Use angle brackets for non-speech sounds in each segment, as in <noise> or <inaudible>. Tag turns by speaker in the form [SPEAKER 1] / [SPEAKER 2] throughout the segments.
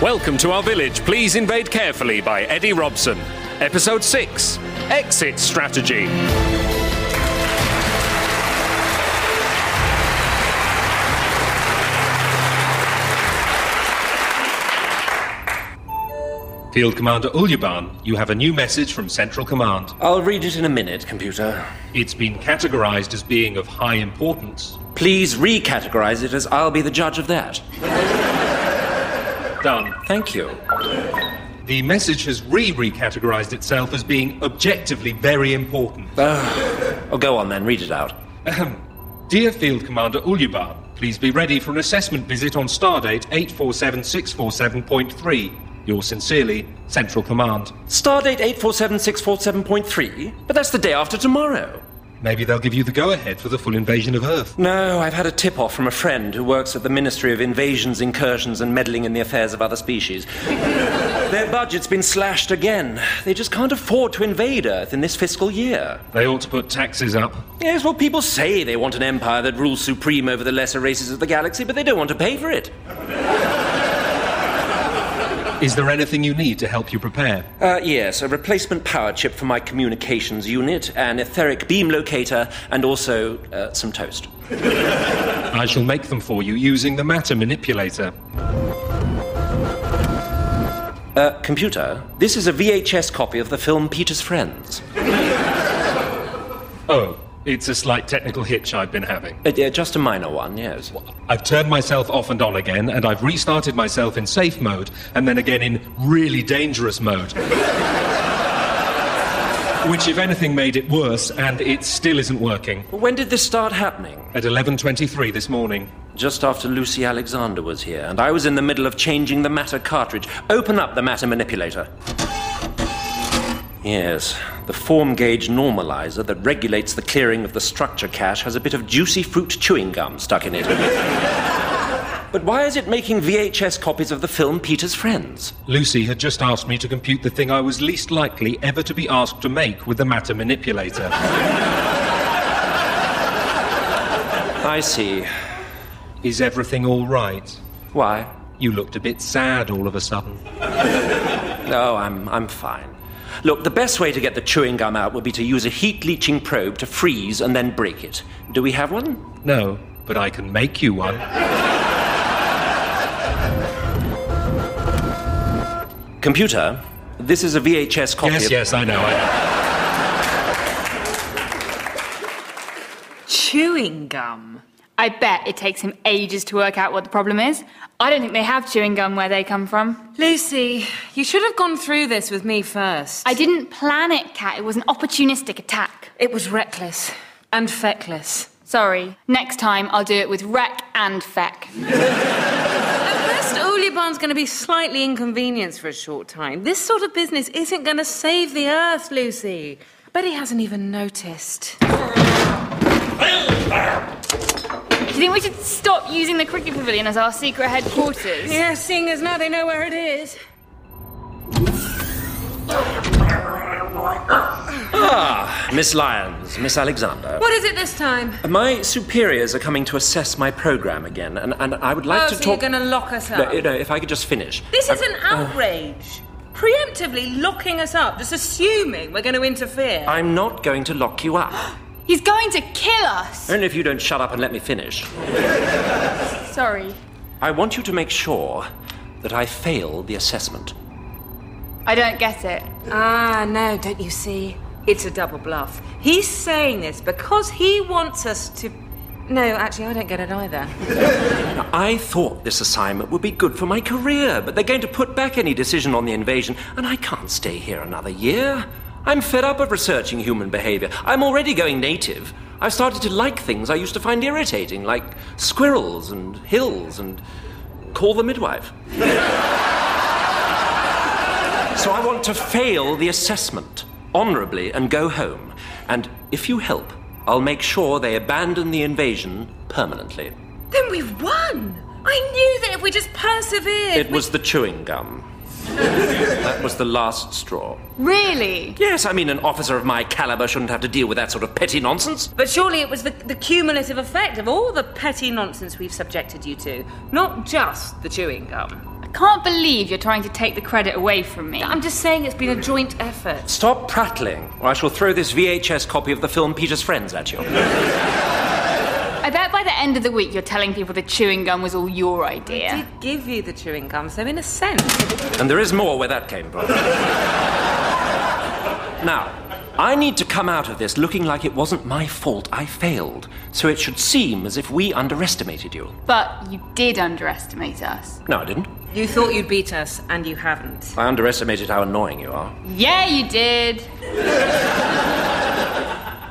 [SPEAKER 1] Welcome to Our Village, Please Invade Carefully by Eddie Robson. Episode 6 Exit Strategy. Field Commander Ulyaban, you have a new message from Central Command.
[SPEAKER 2] I'll read it in a minute, computer.
[SPEAKER 1] It's been categorized as being of high importance.
[SPEAKER 2] Please recategorize it as I'll be the judge of that.
[SPEAKER 1] Done.
[SPEAKER 2] Thank you.
[SPEAKER 1] The message has re recategorized itself as being objectively very important.
[SPEAKER 2] Oh, go on then, read it out.
[SPEAKER 1] Dear Field Commander Ulyaban, please be ready for an assessment visit on Stardate 847647.3. Yours sincerely, Central Command.
[SPEAKER 2] Stardate 847647.3? But that's the day after tomorrow.
[SPEAKER 1] Maybe they'll give you the go ahead for the full invasion of Earth.
[SPEAKER 2] No, I've had a tip off from a friend who works at the Ministry of Invasions, Incursions, and Meddling in the Affairs of Other Species. Their budget's been slashed again. They just can't afford to invade Earth in this fiscal year.
[SPEAKER 1] They ought to put taxes up.
[SPEAKER 2] Yes, well, people say they want an empire that rules supreme over the lesser races of the galaxy, but they don't want to pay for it.
[SPEAKER 1] Is there anything you need to help you prepare?
[SPEAKER 2] Uh, yes, a replacement power chip for my communications unit, an etheric beam locator, and also uh, some toast.
[SPEAKER 1] I shall make them for you using the matter manipulator.
[SPEAKER 2] Uh, computer, this is a VHS copy of the film Peter's Friends.
[SPEAKER 1] Oh, it's a slight technical hitch I've been having.
[SPEAKER 2] Uh, yeah, just a minor one, yes.
[SPEAKER 1] I've turned myself off and on again, and I've restarted myself in safe mode, and then again in really dangerous mode. Which, if anything, made it worse, and it still isn't working.
[SPEAKER 2] When did this start happening?
[SPEAKER 1] At 11.23 this morning.
[SPEAKER 2] Just after Lucy Alexander was here, and I was in the middle of changing the matter cartridge. Open up the matter manipulator. Yes, the form gauge normalizer that regulates the clearing of the structure cache has a bit of juicy fruit chewing gum stuck in it. <laughs> but why is it making VHS copies of the film Peter's Friends?
[SPEAKER 1] Lucy had just asked me to compute the thing I was least likely ever to be asked to make with the matter manipulator.
[SPEAKER 2] I see.
[SPEAKER 1] Is everything all right?
[SPEAKER 2] Why?
[SPEAKER 1] You looked a bit sad all of a sudden.
[SPEAKER 2] Oh, I'm, I'm fine. Look, the best way to get the chewing gum out would be to use a heat leaching probe to freeze and then break it. Do we have one?
[SPEAKER 1] No, but I can make you one.
[SPEAKER 2] Computer, this is a VHS copy.
[SPEAKER 1] Yes,
[SPEAKER 2] of-
[SPEAKER 1] yes, I know. I
[SPEAKER 3] Chewing gum. I bet it takes him ages to work out what the problem is. I don't think they have chewing gum where they come from.
[SPEAKER 4] Lucy, you should have gone through this with me first.
[SPEAKER 3] I didn't plan it, Cat. It was an opportunistic attack.
[SPEAKER 4] It was reckless and feckless.
[SPEAKER 3] Sorry. Next time, I'll do it with rec and feck.
[SPEAKER 4] First, Oliban's going to be slightly inconvenienced for a short time. This sort of business isn't going to save the earth, Lucy. But he hasn't even noticed.
[SPEAKER 3] Do you think we should stop using the cricket pavilion as our secret headquarters?
[SPEAKER 4] Yeah, seeing as now they know where it is.
[SPEAKER 2] Miss Lyons, Miss Alexander.
[SPEAKER 4] What is it this time?
[SPEAKER 2] My superiors are coming to assess my program again, and, and I would like
[SPEAKER 4] oh,
[SPEAKER 2] to
[SPEAKER 4] so
[SPEAKER 2] talk.
[SPEAKER 4] you're going to lock us
[SPEAKER 2] No,
[SPEAKER 4] up?
[SPEAKER 2] you know, if I could just finish. Uh,
[SPEAKER 4] This is
[SPEAKER 2] I-
[SPEAKER 4] an outrage. Preemptively locking us up, just assuming we're going to interfere.
[SPEAKER 2] I'm not going to lock you
[SPEAKER 4] <gasps>
[SPEAKER 2] up.
[SPEAKER 3] He's going to kill us!
[SPEAKER 2] Only if you don't shut up and let me finish.
[SPEAKER 3] Sorry.
[SPEAKER 2] I want you to make sure that I fail the assessment.
[SPEAKER 3] I don't get it.
[SPEAKER 4] Ah, no, don't you see? It's a double bluff. He's saying this because he wants us to. No, actually, I don't get it either.
[SPEAKER 2] Now, I thought this assignment would be good for my career, but they're going to put back any decision on the invasion, and I can't stay here another year. I'm fed up of researching human behavior. I'm already going native. I've started to like things I used to find irritating, like squirrels and hills and call the midwife. so I want to fail the assessment honorably and go home. And if you help, I'll make sure they abandon the invasion permanently.
[SPEAKER 4] Then we've won! I knew that if we just persevered.
[SPEAKER 2] It was the chewing gum. that was the last straw.
[SPEAKER 3] Really?
[SPEAKER 2] Yes, I mean, an officer of my caliber shouldn't have to deal with that sort of petty nonsense.
[SPEAKER 4] But surely it was the, the cumulative effect of all the petty nonsense we've subjected you to, not just the chewing gum.
[SPEAKER 3] I can't believe you're trying to take the credit away from me.
[SPEAKER 4] I'm just saying it's been a joint effort.
[SPEAKER 2] Stop prattling, or I shall throw this VHS copy of the film Peter's Friends at you.
[SPEAKER 3] I bet by the end of the week you're telling people the chewing gum was all your idea.
[SPEAKER 4] I did give you the chewing gum, so in a sense.
[SPEAKER 2] And there is more where that came from. now, I need to come out of this looking like it wasn't my fault I failed, so it should seem as if we underestimated you.
[SPEAKER 3] But you did underestimate us.
[SPEAKER 2] No, I didn't.
[SPEAKER 4] You thought you'd beat us, and you haven't.
[SPEAKER 2] I underestimated how annoying you are.
[SPEAKER 3] Yeah, you did.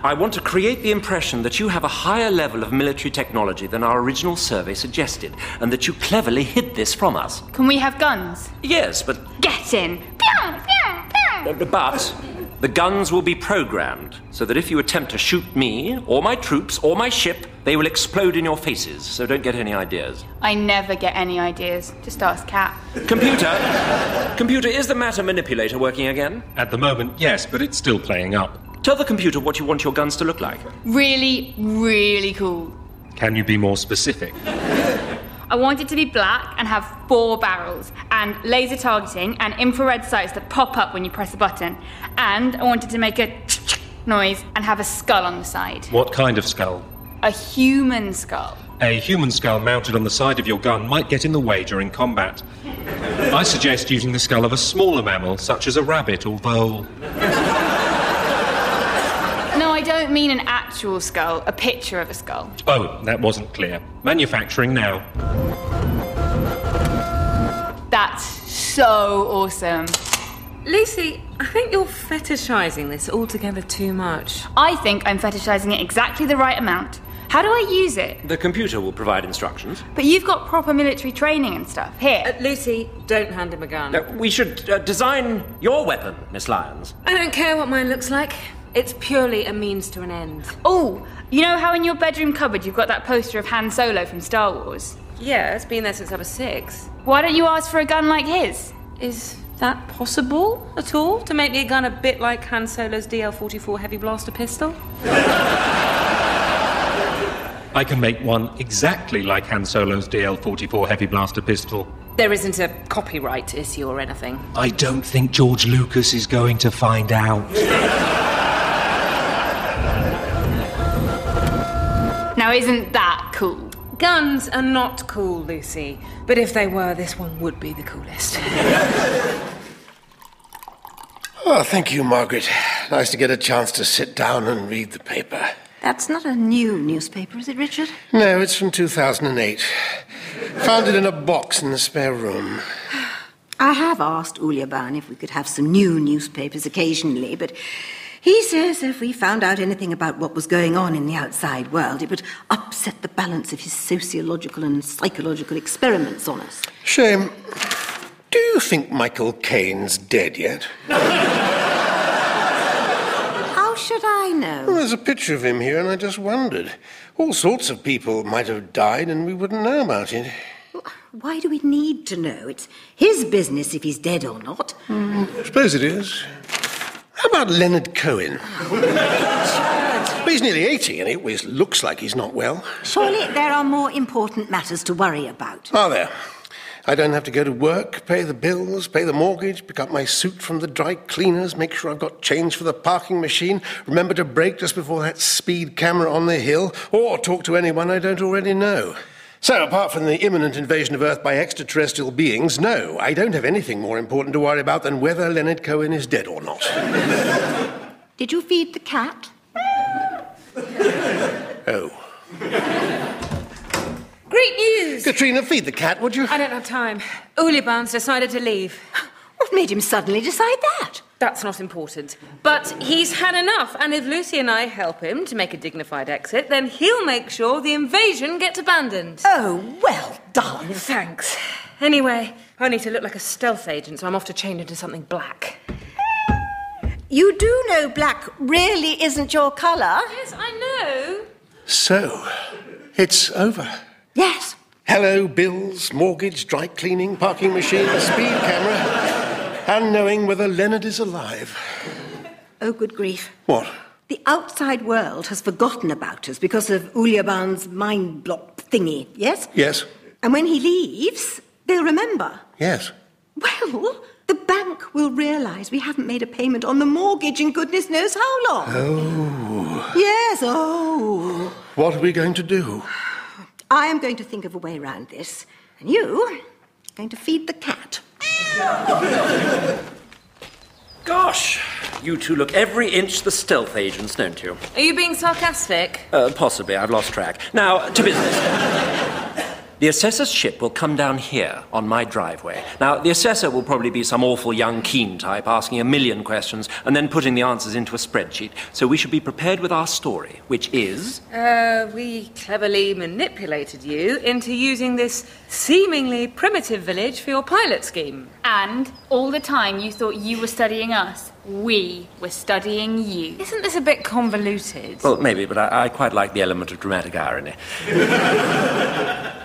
[SPEAKER 2] I want to create the impression that you have a higher level of military technology than our original survey suggested, and that you cleverly hid this from us.
[SPEAKER 3] Can we have guns?
[SPEAKER 2] Yes, but
[SPEAKER 3] Get in. Pew, pew, pew.
[SPEAKER 2] But the guns will be programmed so that if you attempt to shoot me, or my troops, or my ship, they will explode in your faces, so don't get any ideas.
[SPEAKER 3] I never get any ideas. Just ask Cat.
[SPEAKER 2] Computer! computer, is the matter manipulator working again?
[SPEAKER 1] At the moment, yes, but it's still playing up.
[SPEAKER 2] Tell the computer what you want your guns to look like.
[SPEAKER 3] Really, really cool.
[SPEAKER 1] Can you be more specific?
[SPEAKER 3] I want it to be black and have four barrels and laser targeting and infrared sights that pop up when you press a button. And I wanted to make a noise and have a skull on the side.
[SPEAKER 1] What kind of skull?
[SPEAKER 3] A human skull.
[SPEAKER 1] A human skull mounted on the side of your gun might get in the way during combat. I suggest using the skull of a smaller mammal, such as a rabbit or vole.
[SPEAKER 3] No, I don't mean an actual skull, a picture of a skull.
[SPEAKER 1] Oh, that wasn't clear. Manufacturing now.
[SPEAKER 3] That's so awesome.
[SPEAKER 4] Lucy, I think you're fetishizing this altogether too much.
[SPEAKER 3] I think I'm fetishizing it exactly the right amount. How do I use it?
[SPEAKER 2] The computer will provide instructions.
[SPEAKER 3] But you've got proper military training and stuff. Here.
[SPEAKER 4] Uh, Lucy, don't hand him a gun.
[SPEAKER 2] Uh, we should uh, design your weapon, Miss Lyons.
[SPEAKER 4] I don't care what mine looks like. It's purely a means to an end.
[SPEAKER 3] Oh, you know how in your bedroom cupboard you've got that poster of Han Solo from Star Wars?
[SPEAKER 4] Yeah, it's been there since I was six.
[SPEAKER 3] Why don't you ask for a gun like his?
[SPEAKER 4] Is that possible at all? To make me a gun a bit like Han Solo's DL 44 heavy blaster pistol?
[SPEAKER 1] I can make one exactly like Han Solo's DL 44 heavy blaster pistol.
[SPEAKER 4] There isn't a copyright issue or anything.
[SPEAKER 1] I don't think George Lucas is going to find out.
[SPEAKER 3] Now, isn't that cool?
[SPEAKER 4] Guns are not cool, Lucy. But if they were, this one would be the coolest.
[SPEAKER 5] Oh, thank you, Margaret. Nice to get a chance to sit down and read the paper.
[SPEAKER 6] That's not a new newspaper, is it, Richard?
[SPEAKER 5] No, it's from 2008. Found it in a box in the spare room.
[SPEAKER 6] I have asked Uliaban if we could have some new newspapers occasionally, but he says if we found out anything about what was going on in the outside world, it would upset the balance of his sociological and psychological experiments on us.
[SPEAKER 5] Shame. Do you think Michael Caine's dead yet?
[SPEAKER 6] How should I know?
[SPEAKER 5] Well, there's a picture of him here, and I just wondered. All sorts of people might have died, and we wouldn't know about it.
[SPEAKER 6] Why do we need to know? It's his business if he's dead or not.
[SPEAKER 5] I suppose it is. How about Leonard Cohen? he's nearly 80, and he always looks like he's not well.
[SPEAKER 6] Surely there are more important matters to worry about.
[SPEAKER 5] Ah, there. I don't have to go to work, pay the bills, pay the mortgage, pick up my suit from the dry cleaners, make sure I've got change for the parking machine, remember to brake just before that speed camera on the hill, or talk to anyone I don't already know. So, apart from the imminent invasion of Earth by extraterrestrial beings, no, I don't have anything more important to worry about than whether Leonard Cohen is dead or not. <laughs>
[SPEAKER 6] Did you feed the cat?
[SPEAKER 5] Oh.
[SPEAKER 4] Great news!
[SPEAKER 5] Katrina, feed the cat, would you?
[SPEAKER 4] I don't have time. Uli Barnes decided to leave.
[SPEAKER 6] What made him suddenly decide that?
[SPEAKER 4] That's not important. But he's had enough, and if Lucy and I help him to make a dignified exit, then he'll make sure the invasion gets abandoned.
[SPEAKER 6] Oh, well done.
[SPEAKER 4] Thanks. Anyway, I need to look like a stealth agent, so I'm off to change into something black.
[SPEAKER 6] You do know black really isn't your colour.
[SPEAKER 4] Yes, I know.
[SPEAKER 5] So, it's over.
[SPEAKER 6] Yes.
[SPEAKER 5] Hello, bills, mortgage, dry cleaning, parking machine, speed camera, and knowing whether Leonard is alive.
[SPEAKER 6] Oh, good grief.
[SPEAKER 5] What?
[SPEAKER 6] The outside world has forgotten about us because of Ulyaban's mind block thingy, yes?
[SPEAKER 5] Yes.
[SPEAKER 6] And when he leaves, they'll remember.
[SPEAKER 5] Yes.
[SPEAKER 6] Well, the bank will realise we haven't made a payment on the mortgage in goodness knows how long.
[SPEAKER 5] Oh.
[SPEAKER 6] Yes, oh.
[SPEAKER 5] What are we going to do?
[SPEAKER 6] I am going to think of a way round this. And you are going to feed the cat.
[SPEAKER 2] Gosh, you two look every inch the stealth agents, don't you?
[SPEAKER 4] Are you being sarcastic?
[SPEAKER 2] Uh, possibly, I've lost track. Now, to business. <laughs> the assessor's ship will come down here on my driveway. Now, the assessor will probably be some awful young keen type asking a million questions and then putting the answers into a spreadsheet. So we should be prepared with our story, which is.
[SPEAKER 4] Uh, we cleverly manipulated you into using this seemingly primitive village for your pilot scheme.
[SPEAKER 3] And all the time you thought you were studying us, we were studying you.
[SPEAKER 4] Isn't this a bit convoluted?
[SPEAKER 2] Well, maybe, but I, I quite like the element of dramatic irony.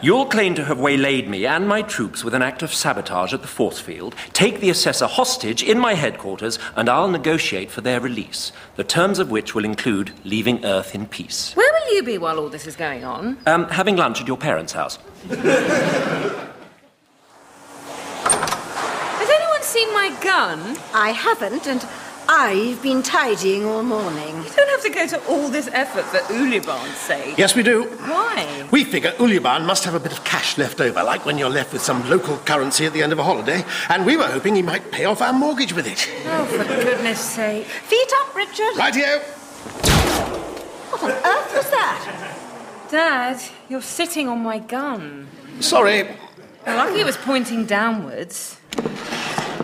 [SPEAKER 2] You'll claim to have waylaid me and my troops with an act of sabotage at the force field, take the assessor hostage in my headquarters, and I'll negotiate for their release, the terms of which will include leaving Earth in peace.
[SPEAKER 4] Where will you be while all this is going on?
[SPEAKER 2] Um, having lunch at your parents' house.
[SPEAKER 4] Has anyone seen my gun?
[SPEAKER 6] I haven't, and I've been tidying all morning.
[SPEAKER 4] You don't have to go to all this effort for Uliban's sake.
[SPEAKER 5] Yes, we do.
[SPEAKER 4] Why?
[SPEAKER 5] We figure Uliban must have a bit of cash left over, like when you're left with some local currency at the end of a holiday, and we were hoping he might pay off our mortgage with it.
[SPEAKER 4] Oh, for goodness sake.
[SPEAKER 6] Feet up, Richard.
[SPEAKER 5] Right here.
[SPEAKER 6] What on earth was that?
[SPEAKER 4] Dad, you're sitting on my gun.
[SPEAKER 5] Sorry.
[SPEAKER 4] Lucky it was pointing downwards.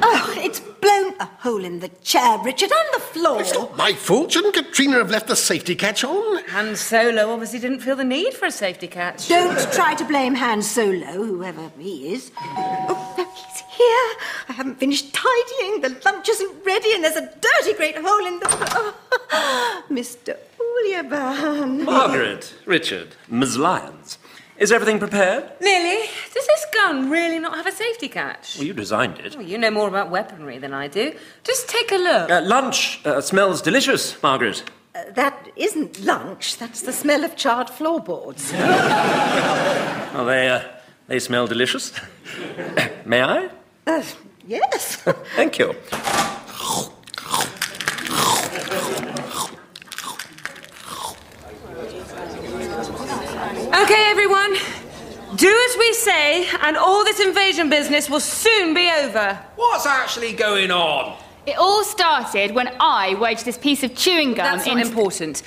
[SPEAKER 6] Oh, it's blown a hole in the chair, Richard, and the floor.
[SPEAKER 5] It's not my fault. Shouldn't Katrina have left the safety catch on?
[SPEAKER 4] Han Solo obviously didn't feel the need for a safety catch.
[SPEAKER 6] Don't try to blame Han Solo, whoever he is. Oh, no, he's here. I haven't finished tidying. The lunch isn't ready, and there's a dirty great hole in the. <laughs> Oh, Mr. Uliaban.
[SPEAKER 2] Margaret, Richard, Ms. Lyons, is everything prepared?
[SPEAKER 4] Lily, does this gun really not have a safety catch?
[SPEAKER 2] Well, you designed it.
[SPEAKER 4] Well, you know more about weaponry than I do. Just take a look.
[SPEAKER 2] Uh, lunch uh, smells delicious, Margaret.
[SPEAKER 6] Uh, that isn't lunch. That's the smell of charred floorboards.
[SPEAKER 2] Well, they, uh, they smell delicious. <coughs> May I?
[SPEAKER 6] Uh, yes.
[SPEAKER 2] Thank you.
[SPEAKER 4] Okay, everyone. Do as we say, and all this invasion business will soon be over.
[SPEAKER 2] What's actually going on?
[SPEAKER 3] It all started when I wedged this piece of chewing gum
[SPEAKER 4] That's
[SPEAKER 3] in.
[SPEAKER 4] not important.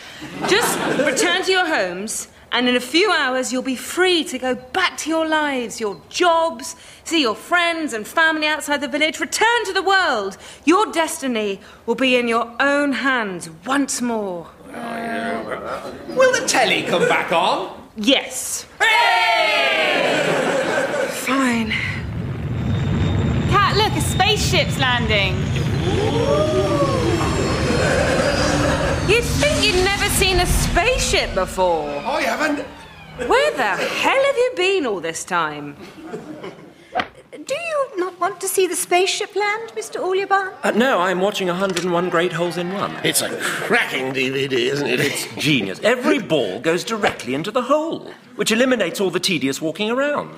[SPEAKER 4] Just return to your homes, and in a few hours, you'll be free to go back to your lives, your jobs, see your friends and family outside the village, return to the world. Your destiny will be in your own hands once more.
[SPEAKER 7] Will the telly come back on?
[SPEAKER 4] Yes. Fine.
[SPEAKER 3] Cat, look, a spaceship's landing.
[SPEAKER 4] You'd think you'd never seen a spaceship before.
[SPEAKER 7] I haven't.
[SPEAKER 4] Where the hell have you been all this time?
[SPEAKER 6] Do you not want to see the spaceship land, Mr. Uliaban?
[SPEAKER 2] Uh, no, I'm watching 101 Great Holes in One.
[SPEAKER 5] It's a cracking DVD, isn't it?
[SPEAKER 2] Genius. Every ball goes directly into the hole, which eliminates all the tedious walking around.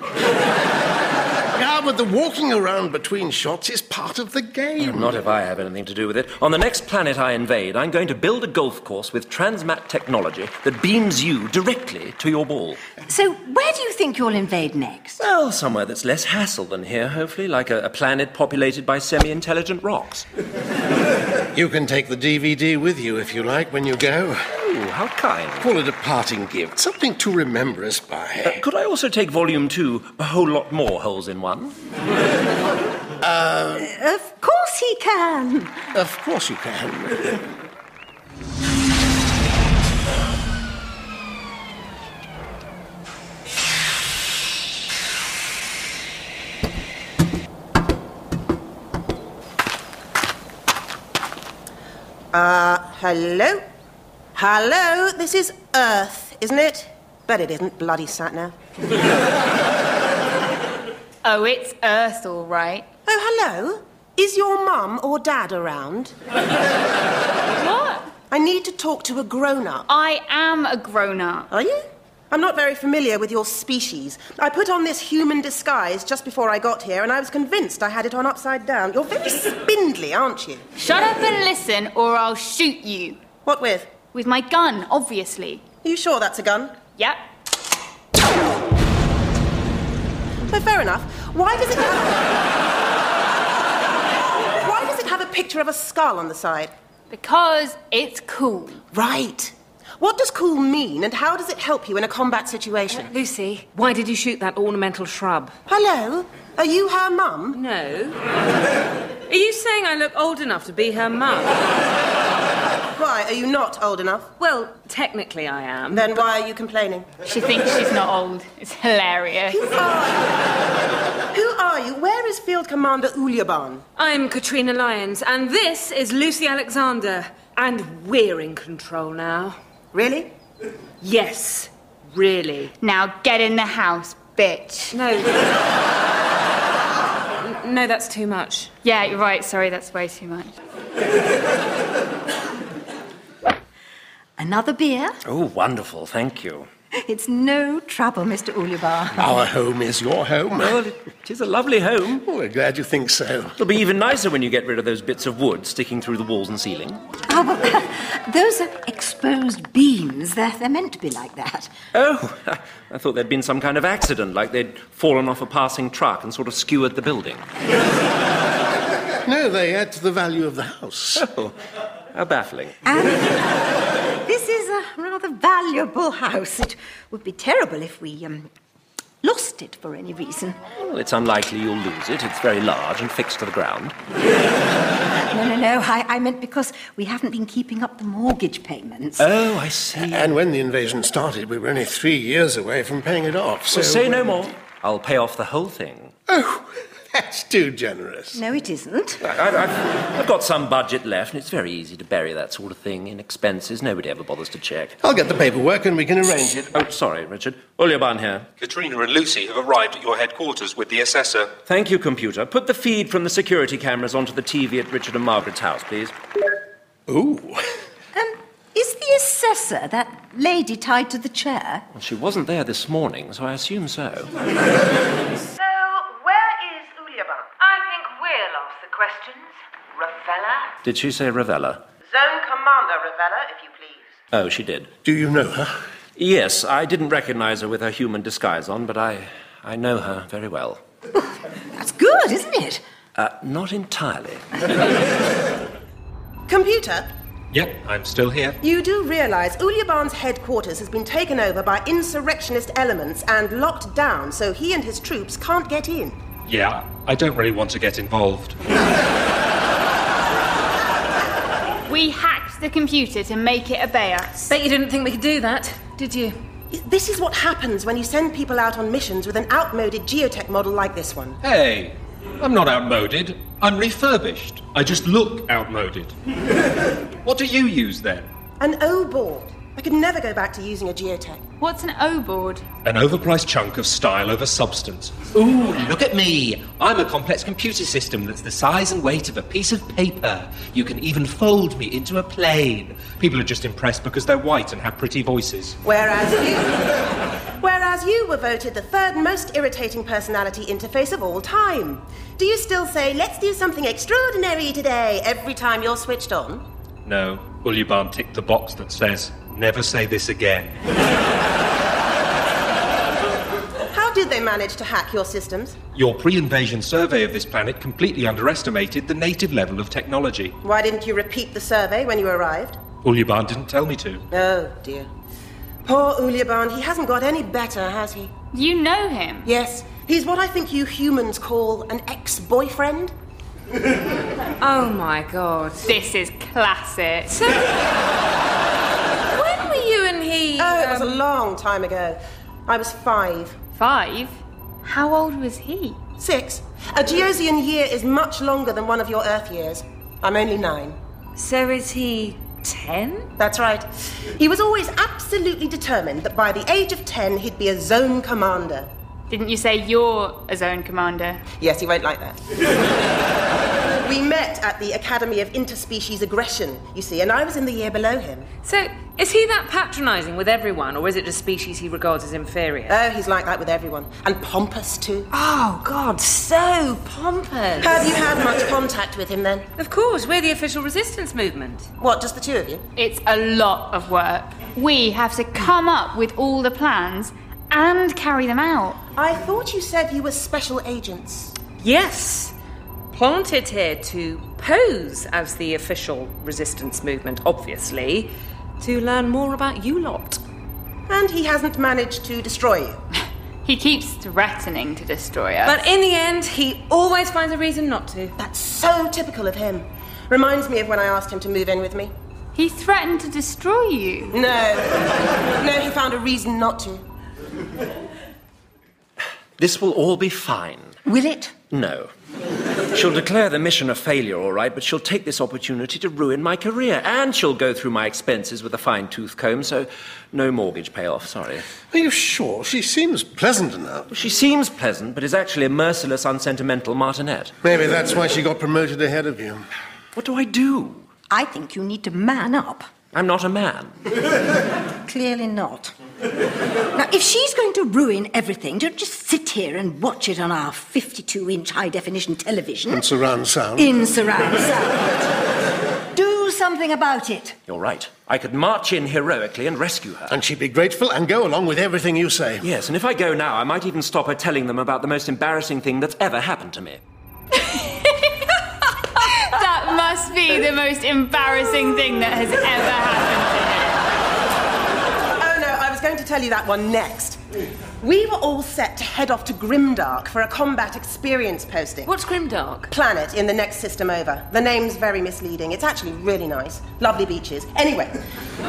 [SPEAKER 5] Yeah, but the walking around between shots is part of the game.
[SPEAKER 2] Not if I have anything to do with it. On the next planet I invade, I'm going to build a golf course with transmat technology that beams you directly to your ball.
[SPEAKER 6] So, where do you think you'll invade next?
[SPEAKER 2] Well, somewhere that's less hassle than here, hopefully, like a, a planet populated by semi intelligent rocks.
[SPEAKER 5] You can take the DVD with you if you like when you go.
[SPEAKER 2] Ooh, how kind.
[SPEAKER 5] Call it a parting gift, something to remember us
[SPEAKER 2] Uh,
[SPEAKER 5] by.
[SPEAKER 2] could I also take volume two, a whole lot more holes in one?
[SPEAKER 6] Of course he can.
[SPEAKER 5] Of course you can.
[SPEAKER 8] Hello? Hello? This is Earth, isn't it? But it isn't bloody sat now.
[SPEAKER 3] Oh, it's Earth, all right.
[SPEAKER 8] Oh, hello? Is your mum or dad around?
[SPEAKER 3] What?
[SPEAKER 8] I need to talk to a grown up.
[SPEAKER 3] I am a grown up.
[SPEAKER 8] Are you? I'm not very familiar with your species. I put on this human disguise just before I got here, and I was convinced I had it on upside down. You're very spindly, aren't you?
[SPEAKER 3] Shut up and listen, or I'll shoot you.
[SPEAKER 8] What with?
[SPEAKER 3] With my gun, obviously.
[SPEAKER 8] Are you sure that's a gun?
[SPEAKER 3] Yep.
[SPEAKER 8] So fair enough. Why does it have? Why does it have a picture of a skull on the side?
[SPEAKER 3] Because it's cool.
[SPEAKER 8] Right. What does cool mean, and how does it help you in a combat situation?
[SPEAKER 4] Lucy, why did you shoot that ornamental shrub?
[SPEAKER 8] Uh, Hello, are you her mum?
[SPEAKER 4] No. Are you saying I look old enough to be her mum?
[SPEAKER 8] Why are you not old enough?
[SPEAKER 4] Well, technically I am.
[SPEAKER 8] Then why are you complaining?
[SPEAKER 3] She thinks she's not old. It's hilarious.
[SPEAKER 8] Uh, Who are you? Who are you? Where is Field Commander Ulyaban?
[SPEAKER 4] I'm Katrina Lyons, and this is Lucy Alexander. And we're in control now.
[SPEAKER 8] Really?
[SPEAKER 4] Yes, really.
[SPEAKER 3] Now get in the house, bitch.
[SPEAKER 4] No. <laughs> N- no, that's too much.
[SPEAKER 3] Yeah, you're right. Sorry, that's way too much.
[SPEAKER 6] Another beer?
[SPEAKER 2] Oh, wonderful, thank you.
[SPEAKER 6] It's no trouble, Mr. Ulibar.
[SPEAKER 5] Our home is your home. Oh,
[SPEAKER 2] Well, it is a lovely home.
[SPEAKER 5] We're glad you think so.
[SPEAKER 2] It'll be even nicer when you get rid of those bits of wood sticking through the walls and ceiling.
[SPEAKER 6] Oh, well, those are exposed beams. They're, they're meant to be like that.
[SPEAKER 2] Oh, <laughs> I thought there'd been some kind of accident, like they'd fallen off a passing truck and sort of skewered the building.
[SPEAKER 5] No, they add to the value of the house.
[SPEAKER 2] Oh, <laughs> how baffling.
[SPEAKER 6] And this is a rather valuable house. It would be terrible if we um, lost it for any reason.
[SPEAKER 2] Well, it's unlikely you'll lose it. It's very large and fixed to the ground.
[SPEAKER 6] No, no, no. I, I meant because we haven't been keeping up the mortgage payments.
[SPEAKER 2] Oh, I see.
[SPEAKER 5] And when the invasion started, we were only three years away from paying it off. So
[SPEAKER 2] Well, say no more. I'll pay off the whole thing.
[SPEAKER 5] Oh, <laughs> that's too generous.
[SPEAKER 6] no, it isn't.
[SPEAKER 2] I, I've, I've got some budget left, and it's very easy to bury that sort of thing in expenses. Nobody ever bothers to check.
[SPEAKER 5] I'll get the paperwork and we can arrange it.
[SPEAKER 2] Oh, sorry, Richard. Ulyaban here.
[SPEAKER 1] Katrina and Lucy have arrived at your headquarters with the assessor.
[SPEAKER 2] Thank you, computer. Put the feed from the security cameras onto the TV at Richard and Margaret's house, please.
[SPEAKER 5] Ooh.
[SPEAKER 6] Um, is the assessor, that lady tied to the chair?
[SPEAKER 2] Well, she wasn't there this morning, so I assume so.
[SPEAKER 9] So, where is Ulyaban? I think we'll ask the questions. Ravella?
[SPEAKER 2] Did she say Ravella?
[SPEAKER 8] Zone Commander Ravella, if you please.
[SPEAKER 2] Oh, she did.
[SPEAKER 5] Do you know her?
[SPEAKER 2] Yes, I didn't recognize her with her human disguise on, but I, I know her very well.
[SPEAKER 6] That's good, isn't it?
[SPEAKER 2] Uh, not entirely.
[SPEAKER 8] Computer,
[SPEAKER 1] Yep, I'm still here.
[SPEAKER 8] you do realise Ulyaban's headquarters has been taken over by insurrectionist elements and locked down, so he and his troops can't get in.
[SPEAKER 1] Yeah, I don't really want to get involved.
[SPEAKER 3] We hacked the computer to make it obey us.
[SPEAKER 4] Bet you didn't think we could do that, did you?
[SPEAKER 8] This is what happens when you send people out on missions with an outmoded geotech model like this one.
[SPEAKER 1] Hey, I'm not outmoded. I'm refurbished. I just look outmoded. what do you use then?
[SPEAKER 8] An O board. I could never go back to using a geotech.
[SPEAKER 3] What's an O board?
[SPEAKER 1] An overpriced chunk of style over substance. Ooh, look at me. I'm a complex computer system that's the size and weight of a piece of paper. You can even fold me into a plane. People are just impressed because they're white and have pretty voices.
[SPEAKER 8] Whereas you. <laughs> Whereas you were voted the third most irritating personality interface of all time. Do you still say, let's do something extraordinary today every time you're switched on?
[SPEAKER 1] No, Ulyaban ticked the box that says, never say this again.
[SPEAKER 8] How did they manage to hack your systems?
[SPEAKER 1] Your pre invasion survey of this planet completely underestimated the native level of technology.
[SPEAKER 8] Why didn't you repeat the survey when you arrived?
[SPEAKER 1] Ulyaban didn't tell me to.
[SPEAKER 8] Oh dear. Poor Ulyaban, he hasn't got any better, has he?
[SPEAKER 3] You know him.
[SPEAKER 8] Yes, he's what I think you humans call an ex boyfriend.
[SPEAKER 4] Oh my god.
[SPEAKER 3] This is classic.
[SPEAKER 4] So, when were you and he?
[SPEAKER 6] Uh,
[SPEAKER 8] Oh, it was a
[SPEAKER 4] um,
[SPEAKER 8] long time ago. I was five.
[SPEAKER 3] Five? How old was he?
[SPEAKER 8] Six. A Geosian year is much longer than one of your Earth years. I'm only nine.
[SPEAKER 4] so is he ten?
[SPEAKER 8] That's right. He was always absolutely determined that by the age of ten, he'd be a zone commander.
[SPEAKER 3] Didn't you say you're a zone commander?
[SPEAKER 8] Yes, he won't like that. <laughs> we met at the Academy of Interspecies Aggression, you see, and I was in the year below him.
[SPEAKER 4] So Is he that patronising with everyone, or is it just species he regards as inferior?
[SPEAKER 8] Oh, he's like that with everyone. And pompous, too.
[SPEAKER 4] Oh, God, so pompous.
[SPEAKER 8] Have you had much contact with him then?
[SPEAKER 4] Uh, Of course, we're the official resistance movement.
[SPEAKER 8] What, just the two of you?
[SPEAKER 3] It's a lot of work. We have to come up with all the plans and carry them out.
[SPEAKER 8] I thought you said you were special agents.
[SPEAKER 4] Yes, planted here to pose as the official resistance movement, obviously, to learn more about you lot.
[SPEAKER 8] And he hasn't managed to destroy you.
[SPEAKER 3] He keeps threatening to destroy us.
[SPEAKER 4] But in the end, he always finds a reason not to.
[SPEAKER 8] That's so typical of him. Reminds me of when I asked him to move in with me.
[SPEAKER 3] he threatened to destroy you.
[SPEAKER 8] No. no, he found a reason not to.
[SPEAKER 2] This will all be fine.
[SPEAKER 6] Will it?
[SPEAKER 2] No. She'll declare the mission a failure, all right, but she'll take this opportunity to ruin my career. And she'll go through my expenses with a fine tooth comb, so no mortgage payoff, sorry.
[SPEAKER 5] Are you sure? She seems pleasant enough.
[SPEAKER 2] She seems pleasant, but is actually a merciless, unsentimental martinet.
[SPEAKER 5] Maybe that's why she got promoted ahead of you.
[SPEAKER 2] What do I do?
[SPEAKER 6] I think you need to man up.
[SPEAKER 2] I'm not a man. <laughs>
[SPEAKER 6] Clearly not. Now, if she's going to ruin everything, don't just sit here and watch it on our 52 inch high definition television
[SPEAKER 5] And surround sound.
[SPEAKER 6] in surround sound. Do something about it.
[SPEAKER 2] You're right. I could march in heroically and rescue her.
[SPEAKER 5] And she'd be grateful and go along with everything you say.
[SPEAKER 2] Yes, and if I go now, I might even stop her telling them about the most embarrassing thing that's ever happened to me.
[SPEAKER 3] That must be the most embarrassing thing that has ever happened
[SPEAKER 8] Oh no, I was going to tell you that one next. We were all set to head off to Grimdark for a combat experience posting.
[SPEAKER 4] What's Grimdark?
[SPEAKER 8] Planet in the next system over. The name's very misleading. It's actually really nice. Lovely beaches. Anyway,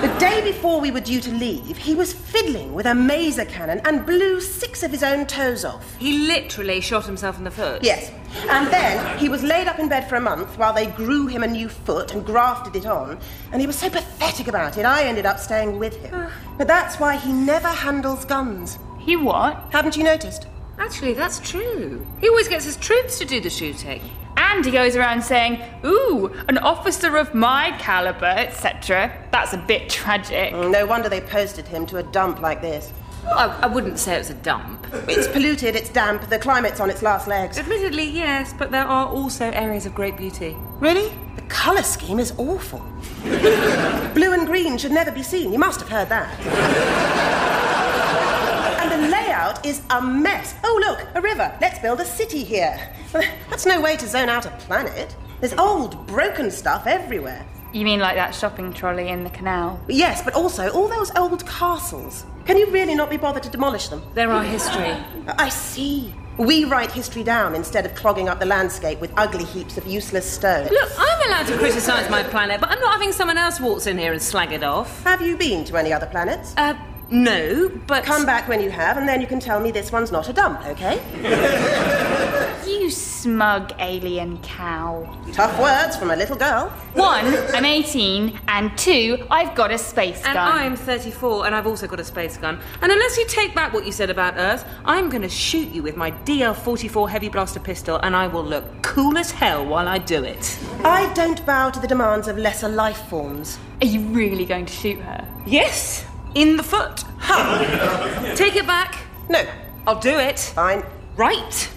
[SPEAKER 8] the day before we were due to leave, he was fiddling with a maser cannon and blew six of his own toes off.
[SPEAKER 4] He literally shot himself in the foot.
[SPEAKER 8] Yes. And then he was laid up in bed for a month while they grew him a new foot and grafted it on. And he was so pathetic about it, I ended up staying with him. But that's why he never handles guns.
[SPEAKER 3] to me. He what?
[SPEAKER 8] Haven't you noticed?
[SPEAKER 4] Actually, that's true. He always gets his troops to do the shooting.
[SPEAKER 3] And he goes around saying, ooh, an officer of my caliber, etc. That's a bit tragic.
[SPEAKER 8] No wonder they posted him to a dump like this.
[SPEAKER 4] I, I wouldn't say it was a dump.
[SPEAKER 8] It's polluted, it's damp, the climate's on its last legs.
[SPEAKER 4] Admittedly, yes, but there are also areas of great beauty.
[SPEAKER 8] Really? The colour scheme is awful. <laughs> Blue and green should never be seen. You must have heard that. <laughs> and the layout is a mess. Oh, look, a river. Let's build a city here. <laughs> That's no way to zone out a planet. There's old, broken stuff everywhere.
[SPEAKER 3] You mean like that shopping trolley in the canal?
[SPEAKER 8] But yes, but also all those old castles. Can you really not be bothered to demolish them?
[SPEAKER 4] There are history.
[SPEAKER 8] I see. We write history down instead of clogging up the landscape with ugly heaps of useless stone.
[SPEAKER 4] Look, I'm allowed to criticise my planet, but I'm not having someone else waltz in here and slag it off.
[SPEAKER 8] Have you been to any other planets?
[SPEAKER 4] Uh, no, but.
[SPEAKER 8] Come back when you have, and then you can tell me this one's not a dump, okay?
[SPEAKER 3] You smug alien cow.
[SPEAKER 8] Tough words from a little girl.
[SPEAKER 3] One, I'm 18, and two, I've got a space
[SPEAKER 4] And
[SPEAKER 3] gun.
[SPEAKER 4] I'm 34, and I've also got a space gun. And unless you take back what you said about Earth, I'm going to shoot you with my DL 44 heavy blaster pistol, and I will look cool as hell while I do it.
[SPEAKER 8] I don't bow to the demands of lesser life forms.
[SPEAKER 3] Are you really going to shoot her?
[SPEAKER 4] Yes, in the foot. Ha! Take it back.
[SPEAKER 8] No,
[SPEAKER 4] I'll do it.
[SPEAKER 8] fine.
[SPEAKER 4] Right.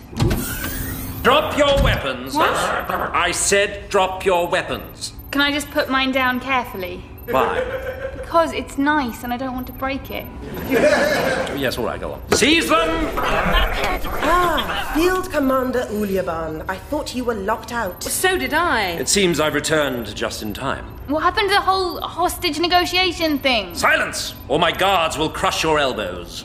[SPEAKER 2] Drop your weapons! I said drop your weapons.
[SPEAKER 3] Can I just put mine down carefully?
[SPEAKER 2] Why?
[SPEAKER 3] Because it's nice and I don't want to break it.
[SPEAKER 2] Yes, all right, go on. Seize them!
[SPEAKER 8] Ah, Field Commander Ulyaban, I thought you were locked out.
[SPEAKER 4] So did I.
[SPEAKER 2] It seems I've returned just in time.
[SPEAKER 3] What happened to the whole hostage negotiation thing?
[SPEAKER 2] Silence, or my guards will crush your elbows.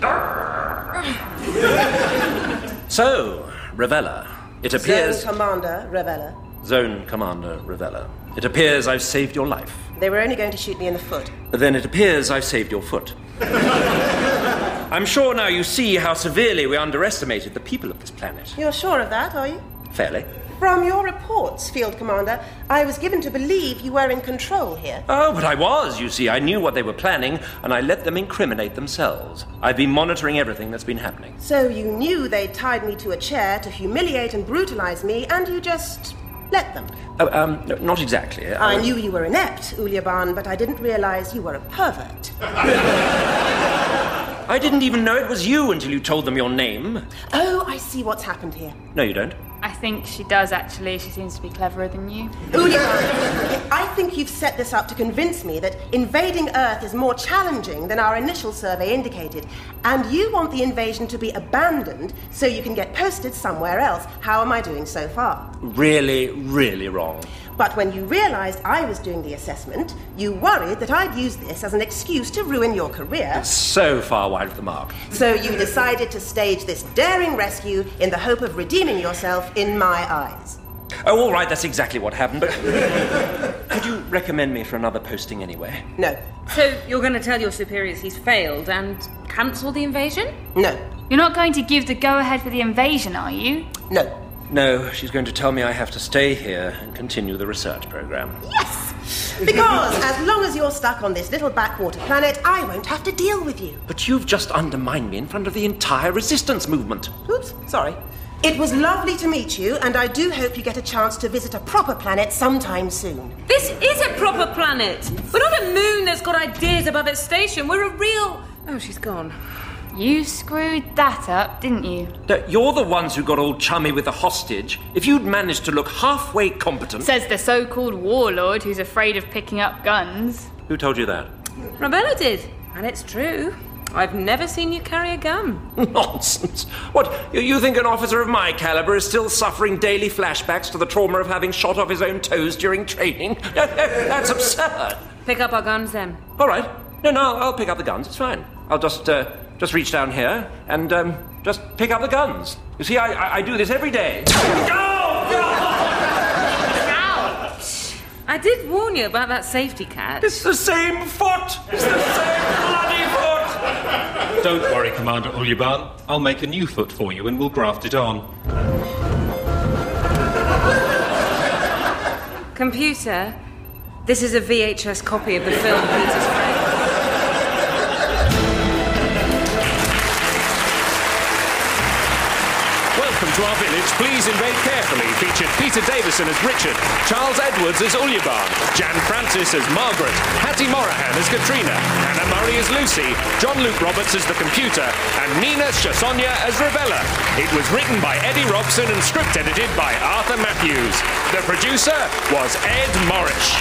[SPEAKER 2] so, Ravella, it appears.
[SPEAKER 8] Zone Commander Ravella.
[SPEAKER 2] Zone Commander Ravella, it appears I've saved your life.
[SPEAKER 8] They were only going to shoot me in the foot.
[SPEAKER 2] Then it appears I've saved your foot. I'm sure now you see how severely we underestimated the people of this planet.
[SPEAKER 8] You're sure of that, are you?
[SPEAKER 2] Fairly.
[SPEAKER 8] From your reports, Field Commander, I was given to believe you were in control here.
[SPEAKER 2] Oh, but I was, you see. I knew what they were planning, and I let them incriminate themselves. I've been monitoring everything that's been happening.
[SPEAKER 8] So you knew they tied me to a chair to humiliate and brutalize me, and you just Let them.
[SPEAKER 2] Oh, um, no, not exactly.
[SPEAKER 8] I knew you were inept, Ulyaban, but I didn't realize you were a pervert.
[SPEAKER 2] I didn't even know it was you until you told them your name.
[SPEAKER 8] Oh, I see what's happened here.
[SPEAKER 2] No, you don't.
[SPEAKER 3] I think she does actually. She seems to be cleverer than you.
[SPEAKER 8] Ulyaban, I think you've set this up to convince me that invading Earth is more challenging than our initial survey indicated, and you want the invasion to be abandoned so you can get posted somewhere else. How am I doing so far?
[SPEAKER 2] Really, really wrong.
[SPEAKER 8] But when you realized I was doing the assessment, you worried that I'd use this as an excuse to ruin your career.
[SPEAKER 2] So far wide of the mark.
[SPEAKER 8] So you decided to stage this daring rescue in the hope of redeeming yourself in my eyes.
[SPEAKER 2] Oh, all right, that's exactly what happened, but <laughs> could you recommend me for another posting anyway?
[SPEAKER 8] No.
[SPEAKER 4] So you're going to tell your superiors he's failed and cancel the invasion?
[SPEAKER 8] No.
[SPEAKER 3] You're not going to give the go ahead for the invasion, are you?
[SPEAKER 8] No.
[SPEAKER 2] No, she's going to tell me I have to stay here and continue the research program.
[SPEAKER 8] Because as long as you're stuck on this little backwater planet, I won't have to deal with you.
[SPEAKER 2] But you've just undermined me in front of the entire resistance movement.
[SPEAKER 8] Oops, sorry. It was lovely to meet you, and I do hope you get a chance to visit a proper planet sometime soon.
[SPEAKER 4] This is a proper planet. We're not a moon that's got ideas above its station. We're a real. Oh, she's gone.
[SPEAKER 3] You screwed that up, didn't you?
[SPEAKER 2] No, You're the ones who got all chummy with the hostage. If you'd managed to look halfway competent.
[SPEAKER 3] Says the so called warlord who's afraid of picking up guns.
[SPEAKER 2] Who told you that?
[SPEAKER 4] Rabella did, and it's true. I've never seen you carry a gun.
[SPEAKER 2] <laughs> Nonsense. What, you- you think an officer of my caliber is still suffering daily flashbacks to the trauma of having shot off his own toes during training? <laughs> No, no, that's absurd.
[SPEAKER 4] Pick up our guns then.
[SPEAKER 2] All right. No, no, I'll pick up the guns. It's fine. I'll just, uh, just reach down here and, um, just pick up the guns. You see, I, I, I do this every day. <laughs>
[SPEAKER 4] Ouch! I did warn you about that safety cat.
[SPEAKER 2] It's the same foot! It's the same bloody foot!
[SPEAKER 1] Don't worry, Commander Ulyaban. I'll make a new foot for you and we'll graft it on.
[SPEAKER 4] Computer, this is a VHS copy of the film Peter's Friend.
[SPEAKER 10] Welcome to our village. Please invade carefully. Featured Peter Davison as Richard, Charles Edwards as Ulyaban, Jan Francis as Margaret, Hattie Morahan as Katrina, Anna Murray as Lucy, John Luke Roberts as the computer, and Nina Shasonia as Rebella. It was written by Eddie Robson and script edited by Arthur Matthews. The producer was Ed Morrish.